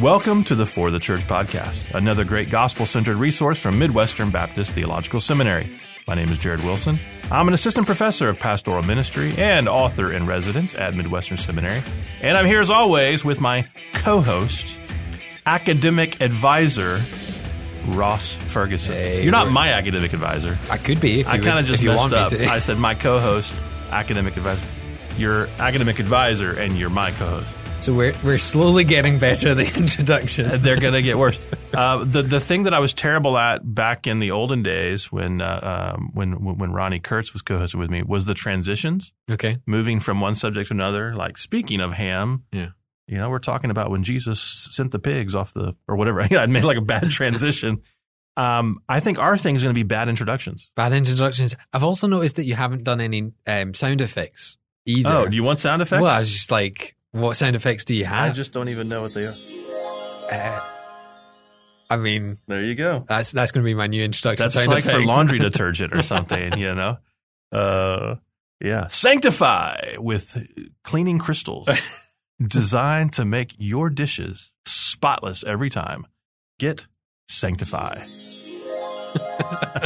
Welcome to the For the Church podcast, another great gospel centered resource from Midwestern Baptist Theological Seminary. My name is Jared Wilson. I'm an assistant professor of pastoral ministry and author in residence at Midwestern Seminary. And I'm here as always with my co host, academic advisor, Ross Ferguson. Hey, You're not we're- my academic advisor. I could be. If you I kind would- of just if you messed want me up. to. I said my co-host, academic advisor. Your academic advisor and you're my co-host. so we're we're slowly getting better. at The introduction. They're going to get worse. Uh, the the thing that I was terrible at back in the olden days when uh, um, when when when Ronnie Kurtz was co-hosting with me was the transitions, Okay. moving from one subject to another. Like speaking of ham, Yeah. you know, we're talking about when Jesus sent the pigs off the or whatever. I made like a bad transition. Um, I think our thing's going to be bad introductions. Bad introductions. I've also noticed that you haven't done any um, sound effects either. Oh, do you want sound effects? Well, I was just like, what sound effects do you I have? Uh, just don't even know what they are. I mean, There you go. that's that's going to be my new introduction. That's sound like for effects. laundry detergent or something, you know? Uh, yeah. Sanctify with cleaning crystals designed to make your dishes spotless every time. Get Sanctify.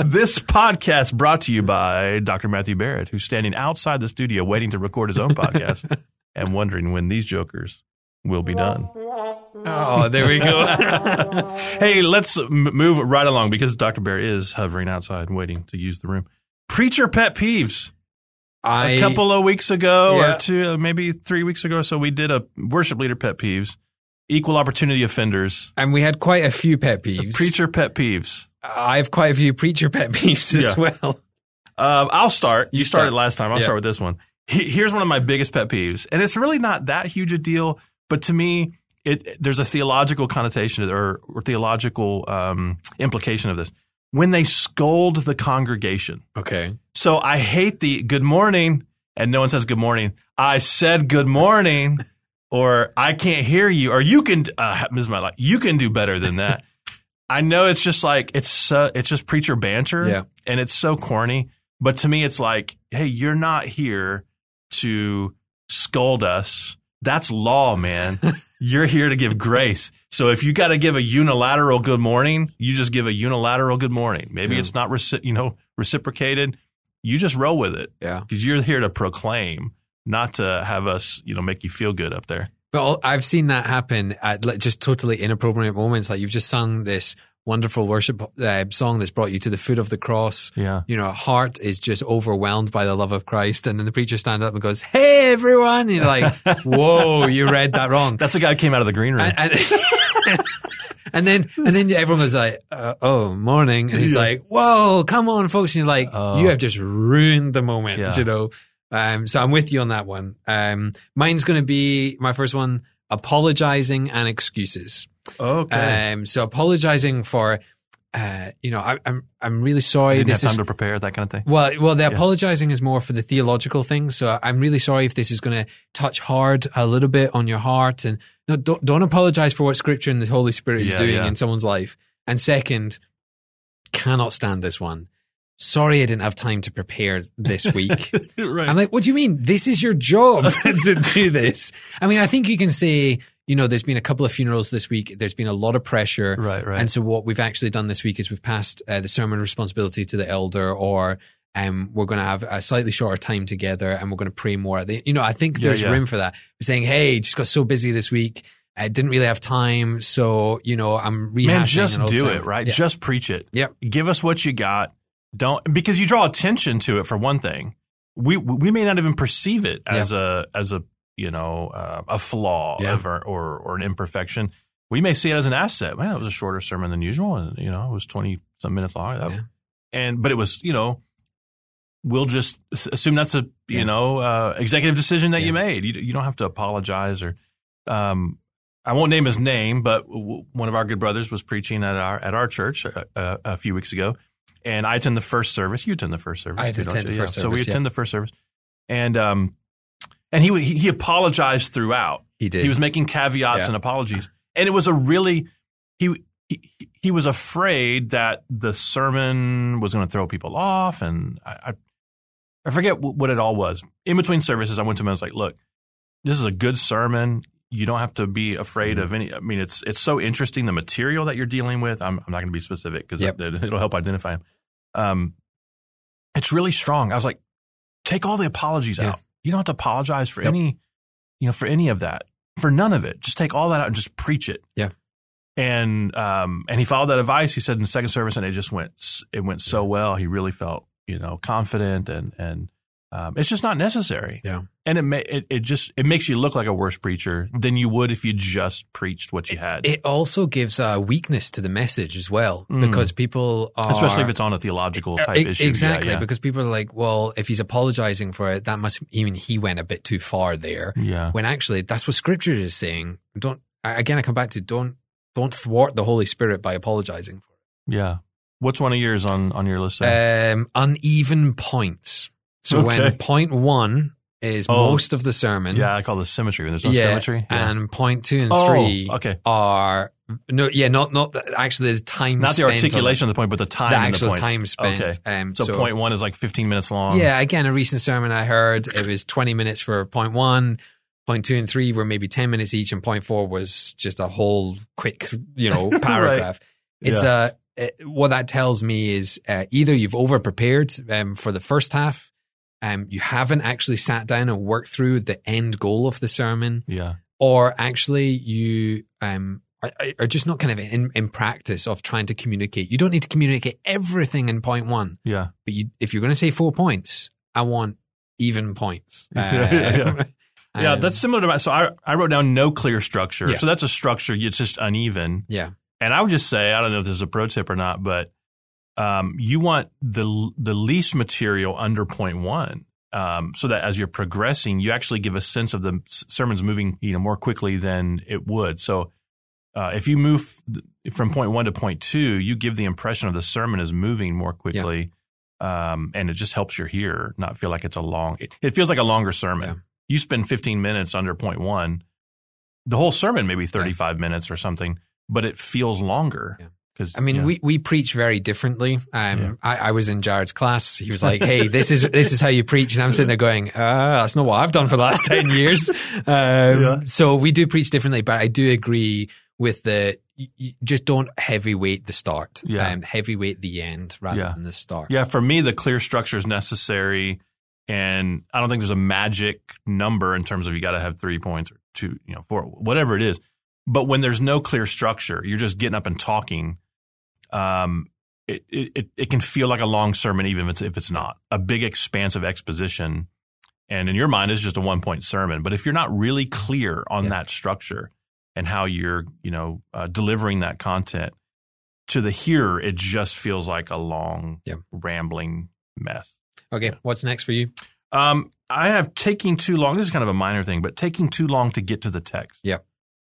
this podcast brought to you by Dr. Matthew Barrett, who's standing outside the studio waiting to record his own podcast and wondering when these jokers will be done. Oh, there we go. hey, let's m- move right along because Dr. Bear is hovering outside waiting to use the room. Preacher pet peeves. I, A couple of weeks ago Yeah. or two, uh, maybe three weeks ago or so, we did a worship leader pet peeves, equal opportunity offenders, and we had quite a few pet peeves. preacher pet peeves. I have quite a few preacher pet peeves as Yeah. well. Um, I'll start. You started start. last time. I'll Yeah. start with this one. He- Here's one of my biggest pet peeves, and it's really not that huge a deal, but to me, it there's a theological connotation to- or, or theological um, implication of this. When they scold the congregation, Okay. so I hate the good morning, and no one says good morning. I said good morning, or I can't hear you, or you can. Uh, this is my life. You can do better than that. I know it's just like it's so, it's just preacher banter, Yeah. and it's so corny. But to me, it's like, hey, you're not here to scold us. That's law, man. you're here to give grace. So if you got to give a unilateral good morning, you just give a unilateral good morning. Maybe Yeah. it's not reci- you know reciprocated you just roll with it Yeah. because you're here to proclaim, not to have us, you know, make you feel good up there. But all- I've seen that happen at like, just totally inappropriate moments. Like you've just sung this wonderful worship uh, song that's brought you to the foot of the cross. Yeah. You know, heart is just overwhelmed by the love of Christ. And then the preacher stands up and goes, Hey, everyone. And you're like, Whoa, you read that wrong. That's the guy who came out of the green room. And, and, and then, and then everyone was like, uh, Oh, morning. And he's Yeah. like, Whoa, come on, folks. And you're like, Oh. You have just ruined the moment, Yeah. you know. Um, so I'm with you on that one. Um, mine's going to be my first one apologizing and excuses. Oh, okay. Um, so apologizing for, uh, you know, I, I'm I'm really sorry. Didn't have This time is to prepare that kind of thing. well, well, the apologizing is more for the theological thing. So I'm really sorry if this is going to touch hard a little bit on your heart. And no, don't, don't apologize for what Scripture and the Holy Spirit is Yeah, doing yeah. in someone's life. And second, cannot stand this one. Sorry, I didn't have time to prepare this week. right. I'm like, what do you mean? This is your job to do this. I mean, I think you can say, you know, there's been a couple of funerals this week. There's been a lot of pressure. Right, right. And so what we've actually done this week is we've passed uh, the sermon responsibility to the elder or um, we're going to have a slightly shorter time together and we're going to pray more. They- You know, I think Yeah, there's yeah. room for that. We're saying, hey, just got so busy this week. I didn't really have time. So, you know, I'm rehashing. Man, just and all do that. it, right? Yeah. Just preach it. Yep. Give us what you got. Don't because you draw attention to it for one thing. We we may not even perceive it as a as a you know uh, a flaw Yeah. of or, or or an imperfection. We may see it as an asset. Man, it was a shorter sermon than usual, and you know it was twenty some minutes long. That- Yeah. And but it was you know we'll just s- assume that's a you Yeah. know uh, executive decision that Yeah. you made. You you don't have to apologize or um, I won't name his name, but w- one of our good brothers was preaching at our at our church a, a, a few weeks ago, and I attend the first service. You attend the first service. I too, don't attend you? the first yeah. So service, we yeah. attend the first service, and um, and he wa- he he apologized throughout. He did. He was making caveats Yeah. and apologies, and it was a really he he, he was afraid that the sermon was going to throw people off, and I I, I forget wh- what it all was. In between services, I went to him. and I was like, "Look, this is a good sermon. you don't have to be afraid Mm-hmm. of any. I mean, it's it's so interesting the material that you're dealing with. I'm I'm not going to be specific because Yep. it, it'll help identify them. Um, it's really strong. I was like, take all the apologies Yeah. out. You don't have to apologize for Yep. any, you know, for any of that, for none of it. Just take all that out and just preach it. Yeah. And um and he followed that advice. He said in the second service, and it just went s- it went so well. He really felt you know confident and and um, it's just not necessary and it, ma- it it just it makes you look like a worse preacher than you would if you just preached what you had, It also gives a weakness to the message as well Mm. because people are especially if it's on a theological type E- issue. Yeah, Exactly, yeah. because people are like, well, if he's apologizing for it, that must mean he went a bit too far there. yeah, When actually, that's what Scripture is saying. Don't I- again. I come back to don't don't thwart the Holy Spirit by apologizing for yeah. What's one of yours on on your list? there? it. Um, uneven points. So Okay. when point one is Oh. most of the sermon, yeah, I call this symmetry. When there's no yeah, symmetry, yeah. and point two and Oh, three okay. are no, yeah, not not the- actually the time, not the spent on it. articulation of the point, but the time. the and actual points. time spent. Okay. Um, So, point one is like 15 minutes long. Yeah, again, a recent sermon I heard, it was 20 minutes for point one, point two and three were maybe 10 minutes each, and point four was just a whole quick, you know, paragraph. It's uh it- what that tells me is uh, either you've over prepared um, for the first half, um, you haven't actually sat down and worked through the end goal of the sermon, yeah, or actually you um, are, are just not kind of in, in practice of trying to communicate. You don't need to communicate everything in point one yeah. but you, if you're going to say four points, I want even points. Yeah, yeah, yeah. Um, Yeah, that's similar to my. So I, I wrote down no clear structure. Yeah. So that's a structure. It's just uneven. Yeah. And I would just say I don't know if this is a pro tip or not, but um, you want the the least material under point one, um, so that as you're progressing, you actually give a sense of the s- sermon's moving you know more quickly than it would. So uh, if you move from point one to point two, you give the impression of the sermon is moving more quickly. Um, and it just helps your hearer not feel like it's a long. It, it feels like a longer sermon. Yeah. You spend 15 minutes under point one, the whole sermon maybe 35 minutes or something, but it feels longer. Yeah. Because I mean, we, we preach very differently. Um, Yeah. I, I was in Jared's class. He was like, "Hey, this is this is how you preach," and I'm sitting there going, "Ah, that's not what I've done for the last ten years." Um, Yeah. So we do preach differently, but I do agree with the you, you just don't heavyweight the start, Yeah. um, heavyweight the end rather Yeah. than the start. yeah, for me, the clear structure is necessary, and I don't think there's a magic number in terms of you got to have three points or two, you know, four, whatever it is. But when there's no clear structure, you're just getting up and talking. Um, it it it- it can feel like a long sermon, even if it's if it's not a big expanse of exposition. And in your mind, it's just a one point sermon. But if you're not really clear on Yeah. that structure and how you're, you know, uh, delivering that content to the hearer, it just feels like a long, Yeah. rambling mess. Okay, what's next for you? Um, I have taking too long. This is kind of a minor thing, but taking too long to get to the text. Yeah.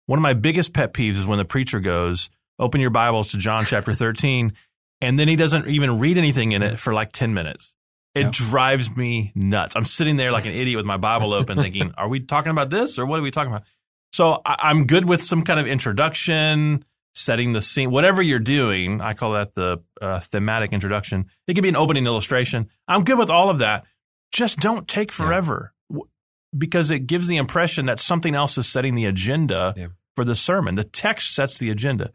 One of my biggest pet peeves is when the preacher goes, "Open your Bibles to John chapter 13," and then he doesn't even read anything in it for like 10 minutes. It Yeah. drives me nuts. I'm sitting there like an idiot with my Bible open, thinking, "Are we talking about this or what are we talking about?" So I- I'm good with some kind of introduction, setting the scene, whatever you're doing. I call that the uh, thematic introduction. It could be an opening illustration. I'm good with all of that. Just don't take forever w- because it gives the impression that something else is setting the agenda Yeah. for the sermon. The text sets the agenda.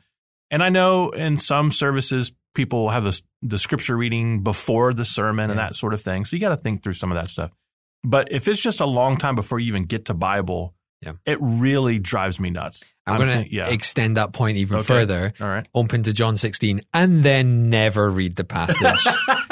And I know in some services, people have this, the scripture reading before the sermon and Yeah. that sort of thing. So you got to think through some of that stuff. But if it's just a long time before you even get to Bible, Yeah. it really drives me nuts. I'm, I'm going to think- yeah. extend that point even Okay. further. All right. open to John 16 and then never read the passage.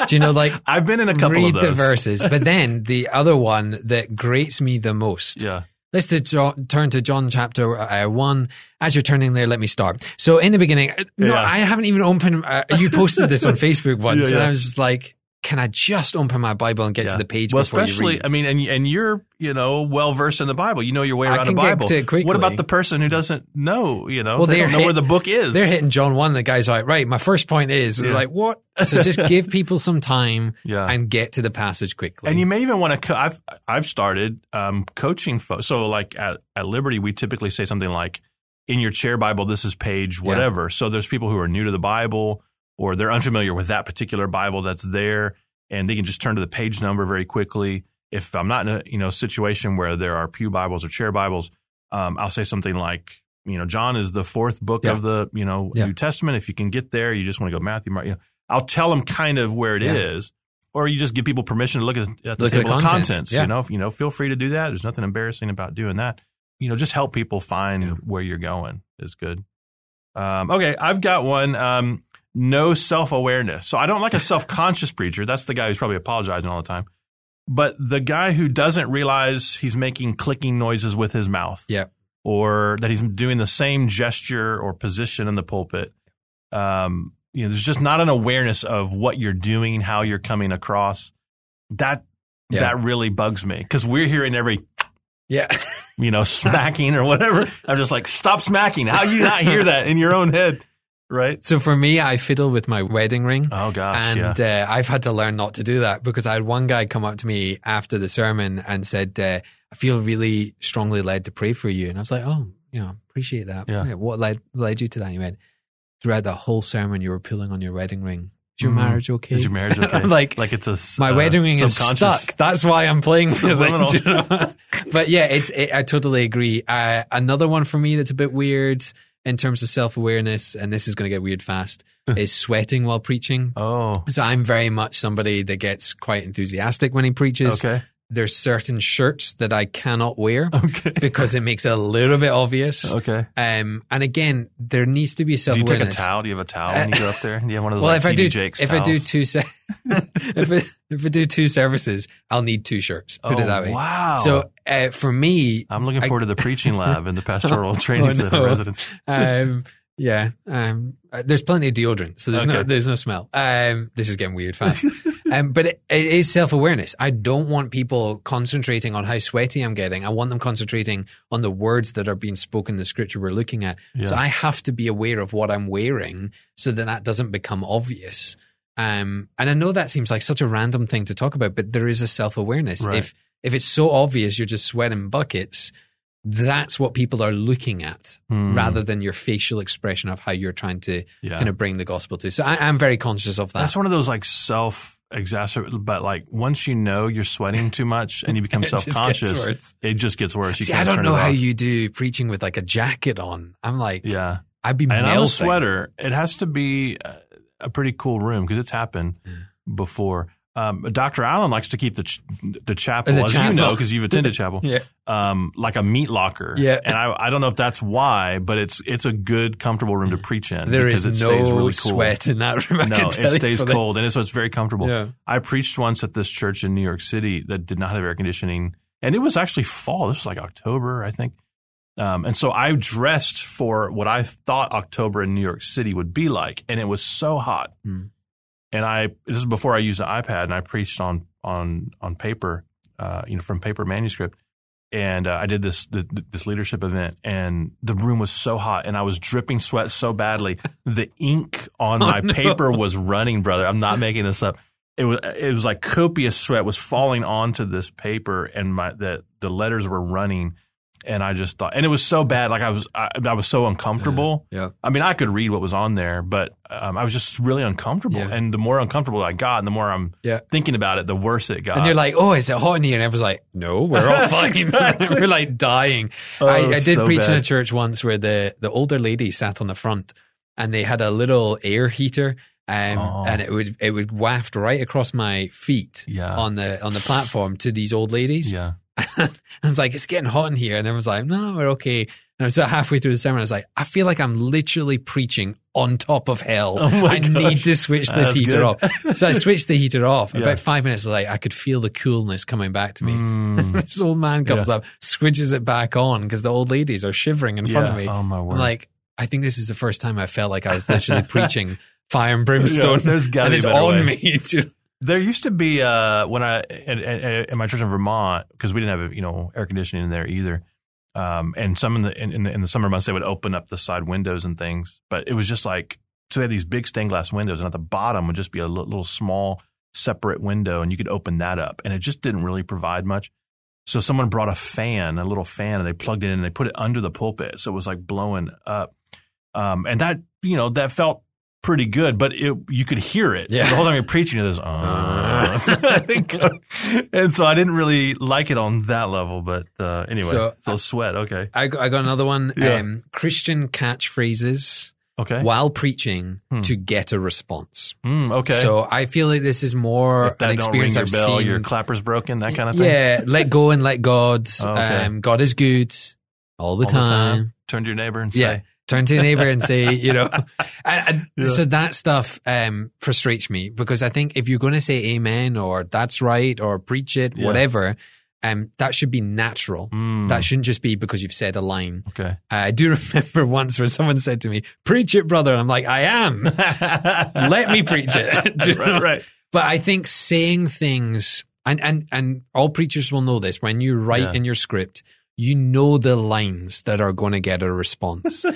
Do you know, like, I've been in a couple read of the those. verses. But then the other one that grates me the most. Yeah. Let's to John, turn to John chapter uh, 1. As you're turning there, let me start. So, in the beginning, uh, no, Yeah. I haven't even opened, uh, you posted this on Facebook once, Yeah, and yeah. I was just like, can I just open my Bible and get to Yeah. the page well, before especially you read? I mean, and and you're you know well versed in the Bible. You know your way I around can the get Bible. to it quickly. What about the person who doesn't know? You know, Well, they they're don't know hit- where the book is. They're hitting John 1, the guy's like, right, my first point is, Yeah. like, what? So just give people some time yeah, and get to the passage quickly. and you may even want to. Co- I've I've started um, coaching folks. So like at at Liberty, we typically say something like, "In your chair Bible, this is page Yeah. whatever." So there's people who are new to the Bible or they're unfamiliar with that particular Bible that's there, and they can just turn to the page number very quickly. If I'm not in a you know situation where there are pew Bibles or chair Bibles, um, I'll say something like, you know, John is the fourth book Yeah. of the, you know, Yeah. New Testament. If you can get there, you just want to go Matthew, Mark. You know, I'll tell them kind of where it is, Yeah. or you just give people permission to look at, at the Look at the table of contents, contents. yeah. You know, If- you know, feel free to do that. There's nothing embarrassing about doing that. You know, just help people find Yeah. where you're going is good. Um, okay, I've got one. Um, no self awareness. So I don't like a self conscious preacher. That's the guy who's probably apologizing all the time. But the guy who doesn't realize he's making clicking noises with his mouth, Yeah. or that he's doing the same gesture or position in the pulpit, um, you know, there's just not an awareness of what you're doing, how you're coming across. That Yeah. that really bugs me because we're hearing every Yeah. you know smacking or whatever. I'm just like, stop smacking. How do you not hear that in your own head, right? So for me, I fiddle with my wedding ring. Oh gosh, yeah. and uh, I've had to learn not to do that because I had one guy come up to me after the sermon and said, uh, "I feel really strongly led to pray for you," and I was like, "Oh, you know, appreciate that. Yeah. Right, What led led you to that?" He went, "Throughout the whole sermon, you were pulling on your wedding ring. Is your Mhm. marriage okay? Is your marriage okay? like, like it's a s- my uh, wedding ring is subconscious- stuck. That's why I'm playing for Subliminal. them. you know? but yeah, it's it, I totally agree. Uh, another one for me that's a bit weird in terms of self awareness, and this is going to get weird fast, is sweating while preaching. Oh, So I'm very much somebody that gets quite enthusiastic when he preaches. okay, There's certain shirts that I cannot wear okay, because it makes it a little bit obvious. okay. Um, and again, there needs to be self Do you awareness. take a towel? Do you have a towel when you go up there? Do you have one of those Well, like if I TD do, Jakes if I do towels? two, se- if, I, if I do two services, I'll need two shirts. Put Oh, it that way. Wow. So uh, for me, I'm looking I- forward to the preaching lab and the pastoral training Oh, center no. residents. um, yeah, um, uh, there's plenty of deodorant, so there's no Okay. there's no smell. Um, this is getting weird fast. um, but it, it is self awareness. I don't want people concentrating on how sweaty I'm getting. I want them concentrating on the words that are being spoken, in the scripture we're looking at. Yeah. So I have to be aware of what I'm wearing so that that doesn't become obvious. Um, and I know that seems like such a random thing to talk about, but there is a self awareness. Right. If if it's so obvious you're just sweating buckets, that's what people are looking at Hmm. rather than your facial expression of how you're trying to yeah. kind of bring the gospel to. So I, I'm very conscious of that. That's one of those like self exacerbate, but like once you know you're sweating too much and you become It self just gets conscious, worse. it just gets worse. You See, can't I don't turn know it how off. you do preaching with like a jacket on. I'm like, Yeah. I'd be And melting. I'm a sweater. It has to be uh, a pretty cool room because it's happened before. Um, Dr. Allen likes to keep the ch- the chapel, The as you chapel. know, because you've attended chapel. Yeah. um, like a meat locker. Yeah. And I, I don't know if that's why, but it's it's a good, comfortable room to preach in. There because is it no stays really cool. sweat in that room. I No, can tell it you stays for that. cold, and it's, so it's very comfortable. Yeah. I preached once at this church in New York City that did not have air conditioning, and it was actually fall. This was like October, I think. Um, and so I dressed for what I thought October in New York City would be like, and it was so hot. Hmm. And I this is before I used an iPad, and I preached on on on paper, uh, you know, from paper manuscript. And uh, I did this th- th- this leadership event, and the room was so hot, and I was dripping sweat so badly, the ink on Oh, my no. paper was running, brother. I'm not making this up it was it was like copious sweat was falling onto this paper and my the the letters were running and I just thought and it was so bad like I was I, I was so uncomfortable. Yeah. I mean I could read what was on there but um, I was just really uncomfortable Yeah. and the more uncomfortable I got and the more I'm Yeah. thinking about it the worse it got. And you're like, oh, is it hot in here? And everyone's like, no, we're all That's fine. exactly- we're like dying. Oh, I, it I was did so preach in a bad. church once where the, the older lady sat on the front and they had a little air heater um, Oh. and it would it would waft right across my feet Yeah. on the on the platform to these old ladies. yeah. and I was like, it's getting hot in here. And everyone's like, no, we're okay. And I was halfway through the sermon, I was like, I feel like I'm literally preaching on top of hell. Oh my I need gosh. to switch this That's heater good. off. So I switched the heater off. Yeah. About five minutes later, I could feel the coolness coming back to me. Mm, This old man comes up, switches it back on because the old ladies are shivering in front yeah. of me. Oh my word. I'm like, I think this is the first time I felt like I was literally preaching fire and Yeah, brimstone. there's gotta and be a it's better on way. me. too. There used to be uh, when I at, at, at my church in Vermont because we didn't have you know air conditioning in there either, um, and some in the in, in the- in the summer months they would open up the side windows and things, but it was just like so they had these big stained glass windows and at the bottom would just be a li- little small separate window and you could open that up and it just didn't really provide much. So someone brought a fan, a little fan, and they plugged it in and they put it under the pulpit, so it was like blowing up, um, and that you know that felt pretty good, but it, you could hear it. Yeah. So the whole time you're preaching, it is, uh. and so I didn't really like it on that level. But uh, anyway, so, So- sweat. Okay. I got, I got another one. Yeah. Um, Christian catchphrases Okay. while preaching Hmm. to get a response. Mm, okay. So I feel like this is more if that an don't ring experience your I've bell, seen. your clapper's broken, that kind of thing. yeah, let go and let God. Oh, okay. um, God is good All all the the time. time. Turn to your neighbor and Yeah. say, Turn to your neighbor and say, you know, and, and Yeah. so that stuff um, frustrates me because I think if you're going to say amen or that's right or preach it, Yeah. whatever, um, that should be natural. mm, That shouldn't just be because you've said a line. okay. I do remember once when someone said to me, "Preach it, brother." And I'm like, "I am. Let me preach it." Do you know? right, right. But I think saying things, and and and all preachers will know this. When you write Yeah. in your script, you know the lines that are going to get a response, or,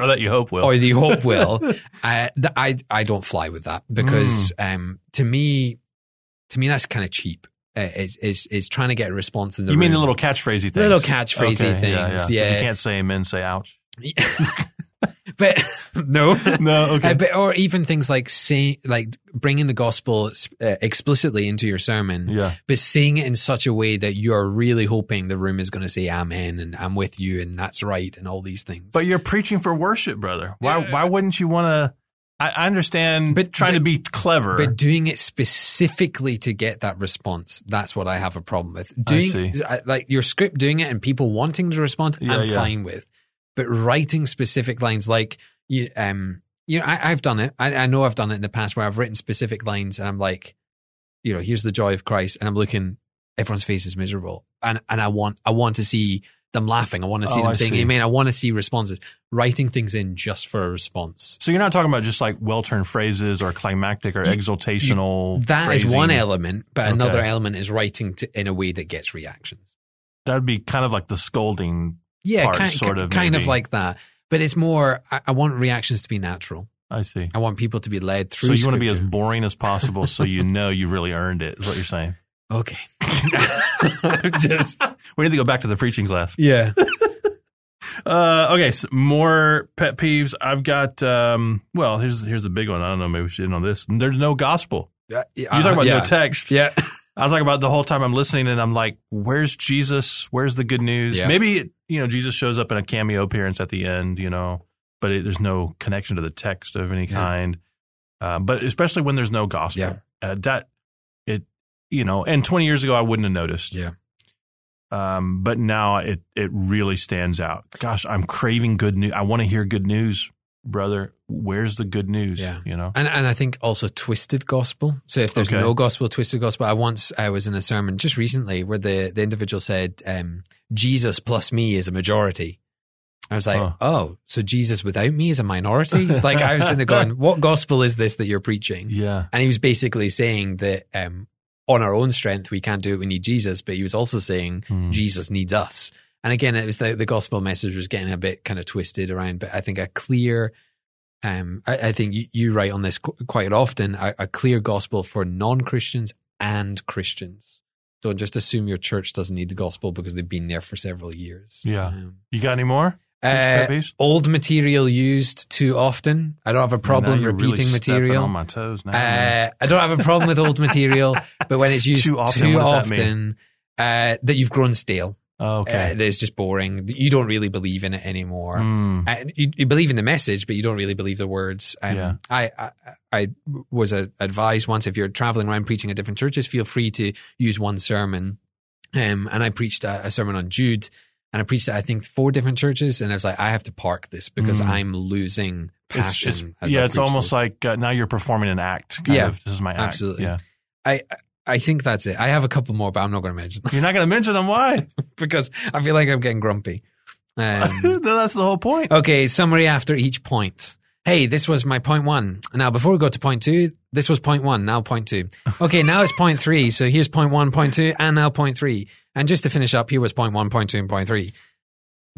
or that you hope will. or the hope will. I, th- I I don't fly with that because Mm. um, to me, to me that's kind of cheap. Uh, it's, it's it's trying to get a response in the you mean the room. little catchphrasey things? Little catchphrasey Yeah, things, If yeah. you can't say amen, say ouch. but no. No, Uh, but, or even things like saying, like bringing the gospel uh, explicitly into your sermon, yeah. but saying it in such a way that you're really hoping the room is going to say "Amen" and "I'm with you" and "That's right" and all these things. But you're preaching for worship, brother. Why Yeah. why wouldn't you want to I, I understand But- trying but- to be clever. but doing it specifically to get that response, that's what I have a problem with. see. Doing I- like your script, doing it, and people wanting to respond, Yeah, I'm yeah. fine with. But writing specific lines, like you, um, you know, I, I've done it. I, I know I've done it in the past where I've written specific lines, and I'm like, you know, here's the joy of Christ, and I'm looking, everyone's face is miserable, and and I want, I want to see them laughing. I want to see Oh, them I saying see. Amen. I want to see responses. Writing things in just for a response. so you're not talking about just like well turned phrases or climactic or You- exaltational. That is phrasing. one element, but Okay. another element is writing to, in a way that gets reactions. That would be kind of like the scolding. Yeah, Part, kind, sort of, kind maybe. of like that. But it's more. I, I want reactions to be natural. I see. I want people to be led So through. you want to be as scripture. boring as possible, so you know you really earned it. Is what you're saying. okay. Just We need to go back to the preaching class. yeah. Uh, okay, so more pet peeves. I've got. Um, well, here's here's a big one. I don't know. Maybe we should end on this. There's no gospel. You're You're talking about no text. Uh-huh, Uh, Yeah. I was talking about the whole time I'm listening, and I'm like, "Where's Jesus? Where's the good news? Yeah. Maybe you know Jesus shows up in a cameo appearance at the end, you know, but it, there's no connection to the text of any Yeah. kind. Uh, but especially when there's no gospel, Yeah. uh, that it you know, and 20 years ago I wouldn't have noticed. Yeah. Um, but now it it really stands out. Gosh, I'm craving good news. I want to hear good news, brother. Where's the good news? Yeah. You know. And and I think also twisted gospel. So if there's Okay. no gospel, twisted gospel. I once I was in a sermon just recently where the the individual said um, Jesus plus me is a majority. I was like, Huh. oh, so Jesus without me is a minority. like I was in there going, what gospel is this that you're preaching? Yeah. And he was basically saying that um, on our own strength we can't do it. We need Jesus. But he was also saying Hmm. Jesus needs us. And again, it was the, the gospel message was getting a bit kind of twisted around, but I think a clear, um, I, I think you, you write on this qu- quite often, a, a clear gospel for non Christians and Christians. Don't just assume your church doesn't need the gospel because they've been there for several years. Yeah. Um, You got any more? uh, Pet peeves? old material used too often. I don't have a problem Now you're really repeating stepping material. on my toes now. man. Uh, I don't have a problem with old material, but when it's used Too too often, often, what does that uh, that you've grown stale. Okay. Uh, that it's just boring. that You don't really believe in it anymore. Mm. And you, you believe in the message, but you don't really believe the words. Um, Yeah. I, I I was uh, advised once if you're traveling around preaching at different churches, feel free to use one sermon. Um, and I preached a, a sermon on Jude, and I preached at I think four different churches, and I was like, I have to park this because Mm. I'm losing It's, passion. it's, as I yeah, it's preach almost this. like uh, now you're performing an act. Kind Yeah. of. This is my act. Absolutely. Yeah. I I think that's it. I have a couple more, but I'm not going to mention them You're not going to mention them. Why? because I feel like I'm getting grumpy. Um, That's the whole point. okay, summary after each point. Hey, this was my point one. Now, before we go to point two, this was point one. Now point two. Okay, now it's point three. So here's point one, point two, and now point three. And just to finish up, here was point one, point two, and point three.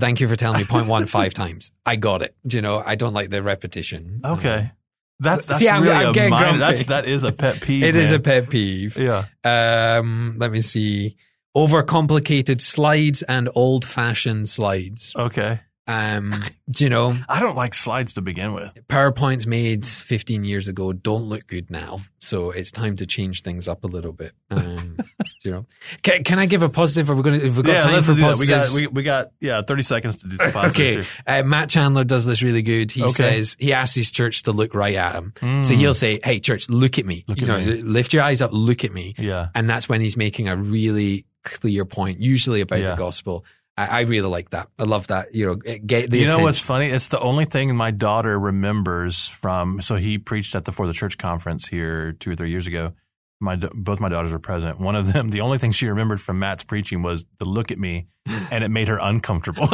Thank you for telling me point one five times. I got it. Do you know? I don't like the repetition. Okay. That's, that's See, I'm- really I'm a getting mind, grumpy. that's, that is a pet peeve. Mm. It is man. a pet peeve. Yeah. Um, let me see. Overcomplicated slides and old fashioned slides. Okay. Um, do you know I don't like slides to begin with. PowerPoint's made 15 years ago don't look good now, so it's time to change things up a little bit. Um, do you know, can, can I give a positive? Are we going to? Have we got yeah, time let's for do that. We got, positives? we, we got yeah, 30 seconds to do some positive. okay, uh, Matt Chandler does this really good. He Okay. Hmm. says he asks his church to look right at him, so he'll say, "Hey, church, look at me. Look you at know, me. lift your eyes up, look at me." Yeah. and that's when he's making a really clear point, usually about Yeah. the gospel. I, I really like that. I love that. You know, it- get the you know attention. what's funny? It's the only thing my daughter remembers from. So he preached at the For the Church conference here two or three years ago. My da- both my daughters were present. One of them, the only thing she remembered from Matt's preaching was the look at me, and it made her uncomfortable.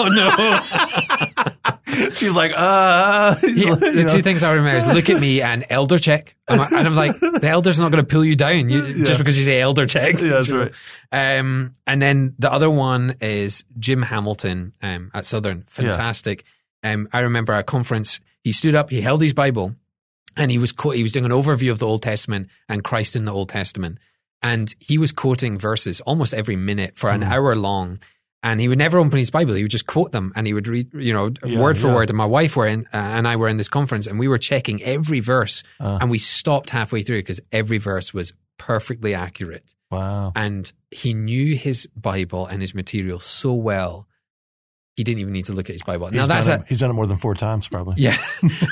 Oh no! she was like, uh. Yeah, the two things I remember is look at me and elder check. I'm- And I'm like, the elder's not going to pull you down you, Yeah. just because you say elder check. Yeah, that's You know? right. Um, and then the other one is Jim Hamilton um, at Southern. Fantastic. Um, I remember at a conference, he stood up, he held his Bible, and he was quote, he was doing an overview of the Old Testament and Christ in the Old Testament, and he was quoting verses almost every minute for Hmm. an hour long. And he would never open his Bible; he would just quote them, and he would read, you know, Yeah, word for yeah. word. And my wife were in, uh, and I were in this conference, and we were checking every verse, Uh. and we stopped halfway through because every verse was perfectly accurate Wow. and he knew his Bible and his material so well, he didn't even need to look at his Bible. Now he's that's done a it, he's done it more than four times probably. yeah,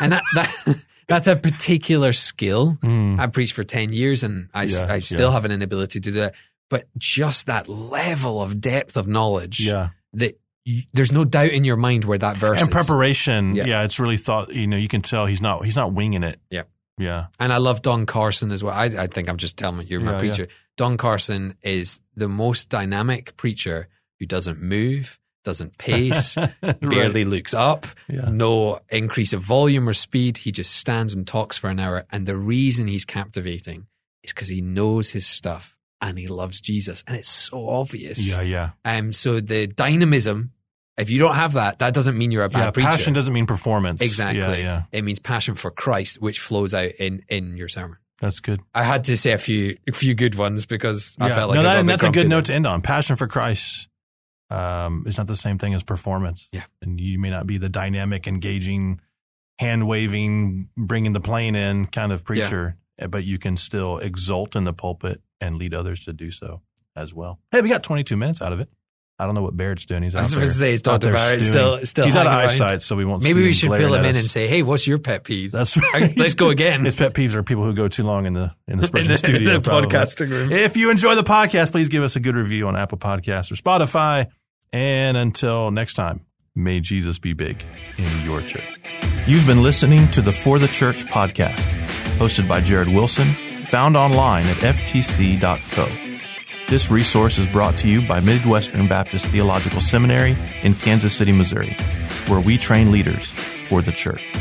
and that, that that's a particular skill. Mm. I preached for ten years, and I, s- Yeah, I still yeah. have an inability to do that. But just that level of depth of knowledge Yeah. that you, there's no doubt in your mind where that verse And is. preparation, yeah. Yeah. it's really thought. You know, you can tell he's not he's not winging it. Yeah. yeah, and I love Don Carson as well. I, I think I'm just telling you, you're my Yeah, preacher. Don Carson is the most dynamic preacher who doesn't move, doesn't pace, Right. barely looks up, Yeah. no increase of volume or speed. He just stands and talks for an hour. And the reason he's captivating is because he knows his stuff and he loves Jesus. And it's so obvious. Yeah, yeah. Um, so the dynamism, if you don't have that, that doesn't mean you're a bad yeah, preacher. passion doesn't mean performance. exactly. Yeah, yeah. It means passion for Christ, which flows out in, in your sermon. That's good. I had to say a few a few good ones because I Yeah. felt like no, I that- got and bit that's a grumpy good there. note to end on. Passion for Christ um, is not the same thing as performance. Yeah. And you may not be the dynamic, engaging, hand waving, bringing the plane in kind of preacher, eh, but you can still exult in the pulpit and lead others to do so as well. Hey, we got 22 minutes out of it. I don't know what Barrett's doing. He's I out was there. going to say, it's out Dr. there Barrett's stewing. still, still He's out of hanging around. eyesight, so we won't. Maybe see we should glaring fill him at in us. and say, hey, what's your pet peeves? That's right. Let's go again. His pet peeves are people who go too long in the in the Spurgeon studio. probably. room. If you enjoy the podcast, please give us a good review on Apple Podcasts or Spotify. And until next time, may Jesus be big in your church. You've been listening to the For the Church podcast, hosted by Jared Wilson, found online at ftc.co. This resource is brought to you by Midwestern Baptist Theological Seminary in Kansas City, Missouri, where we train leaders for the church.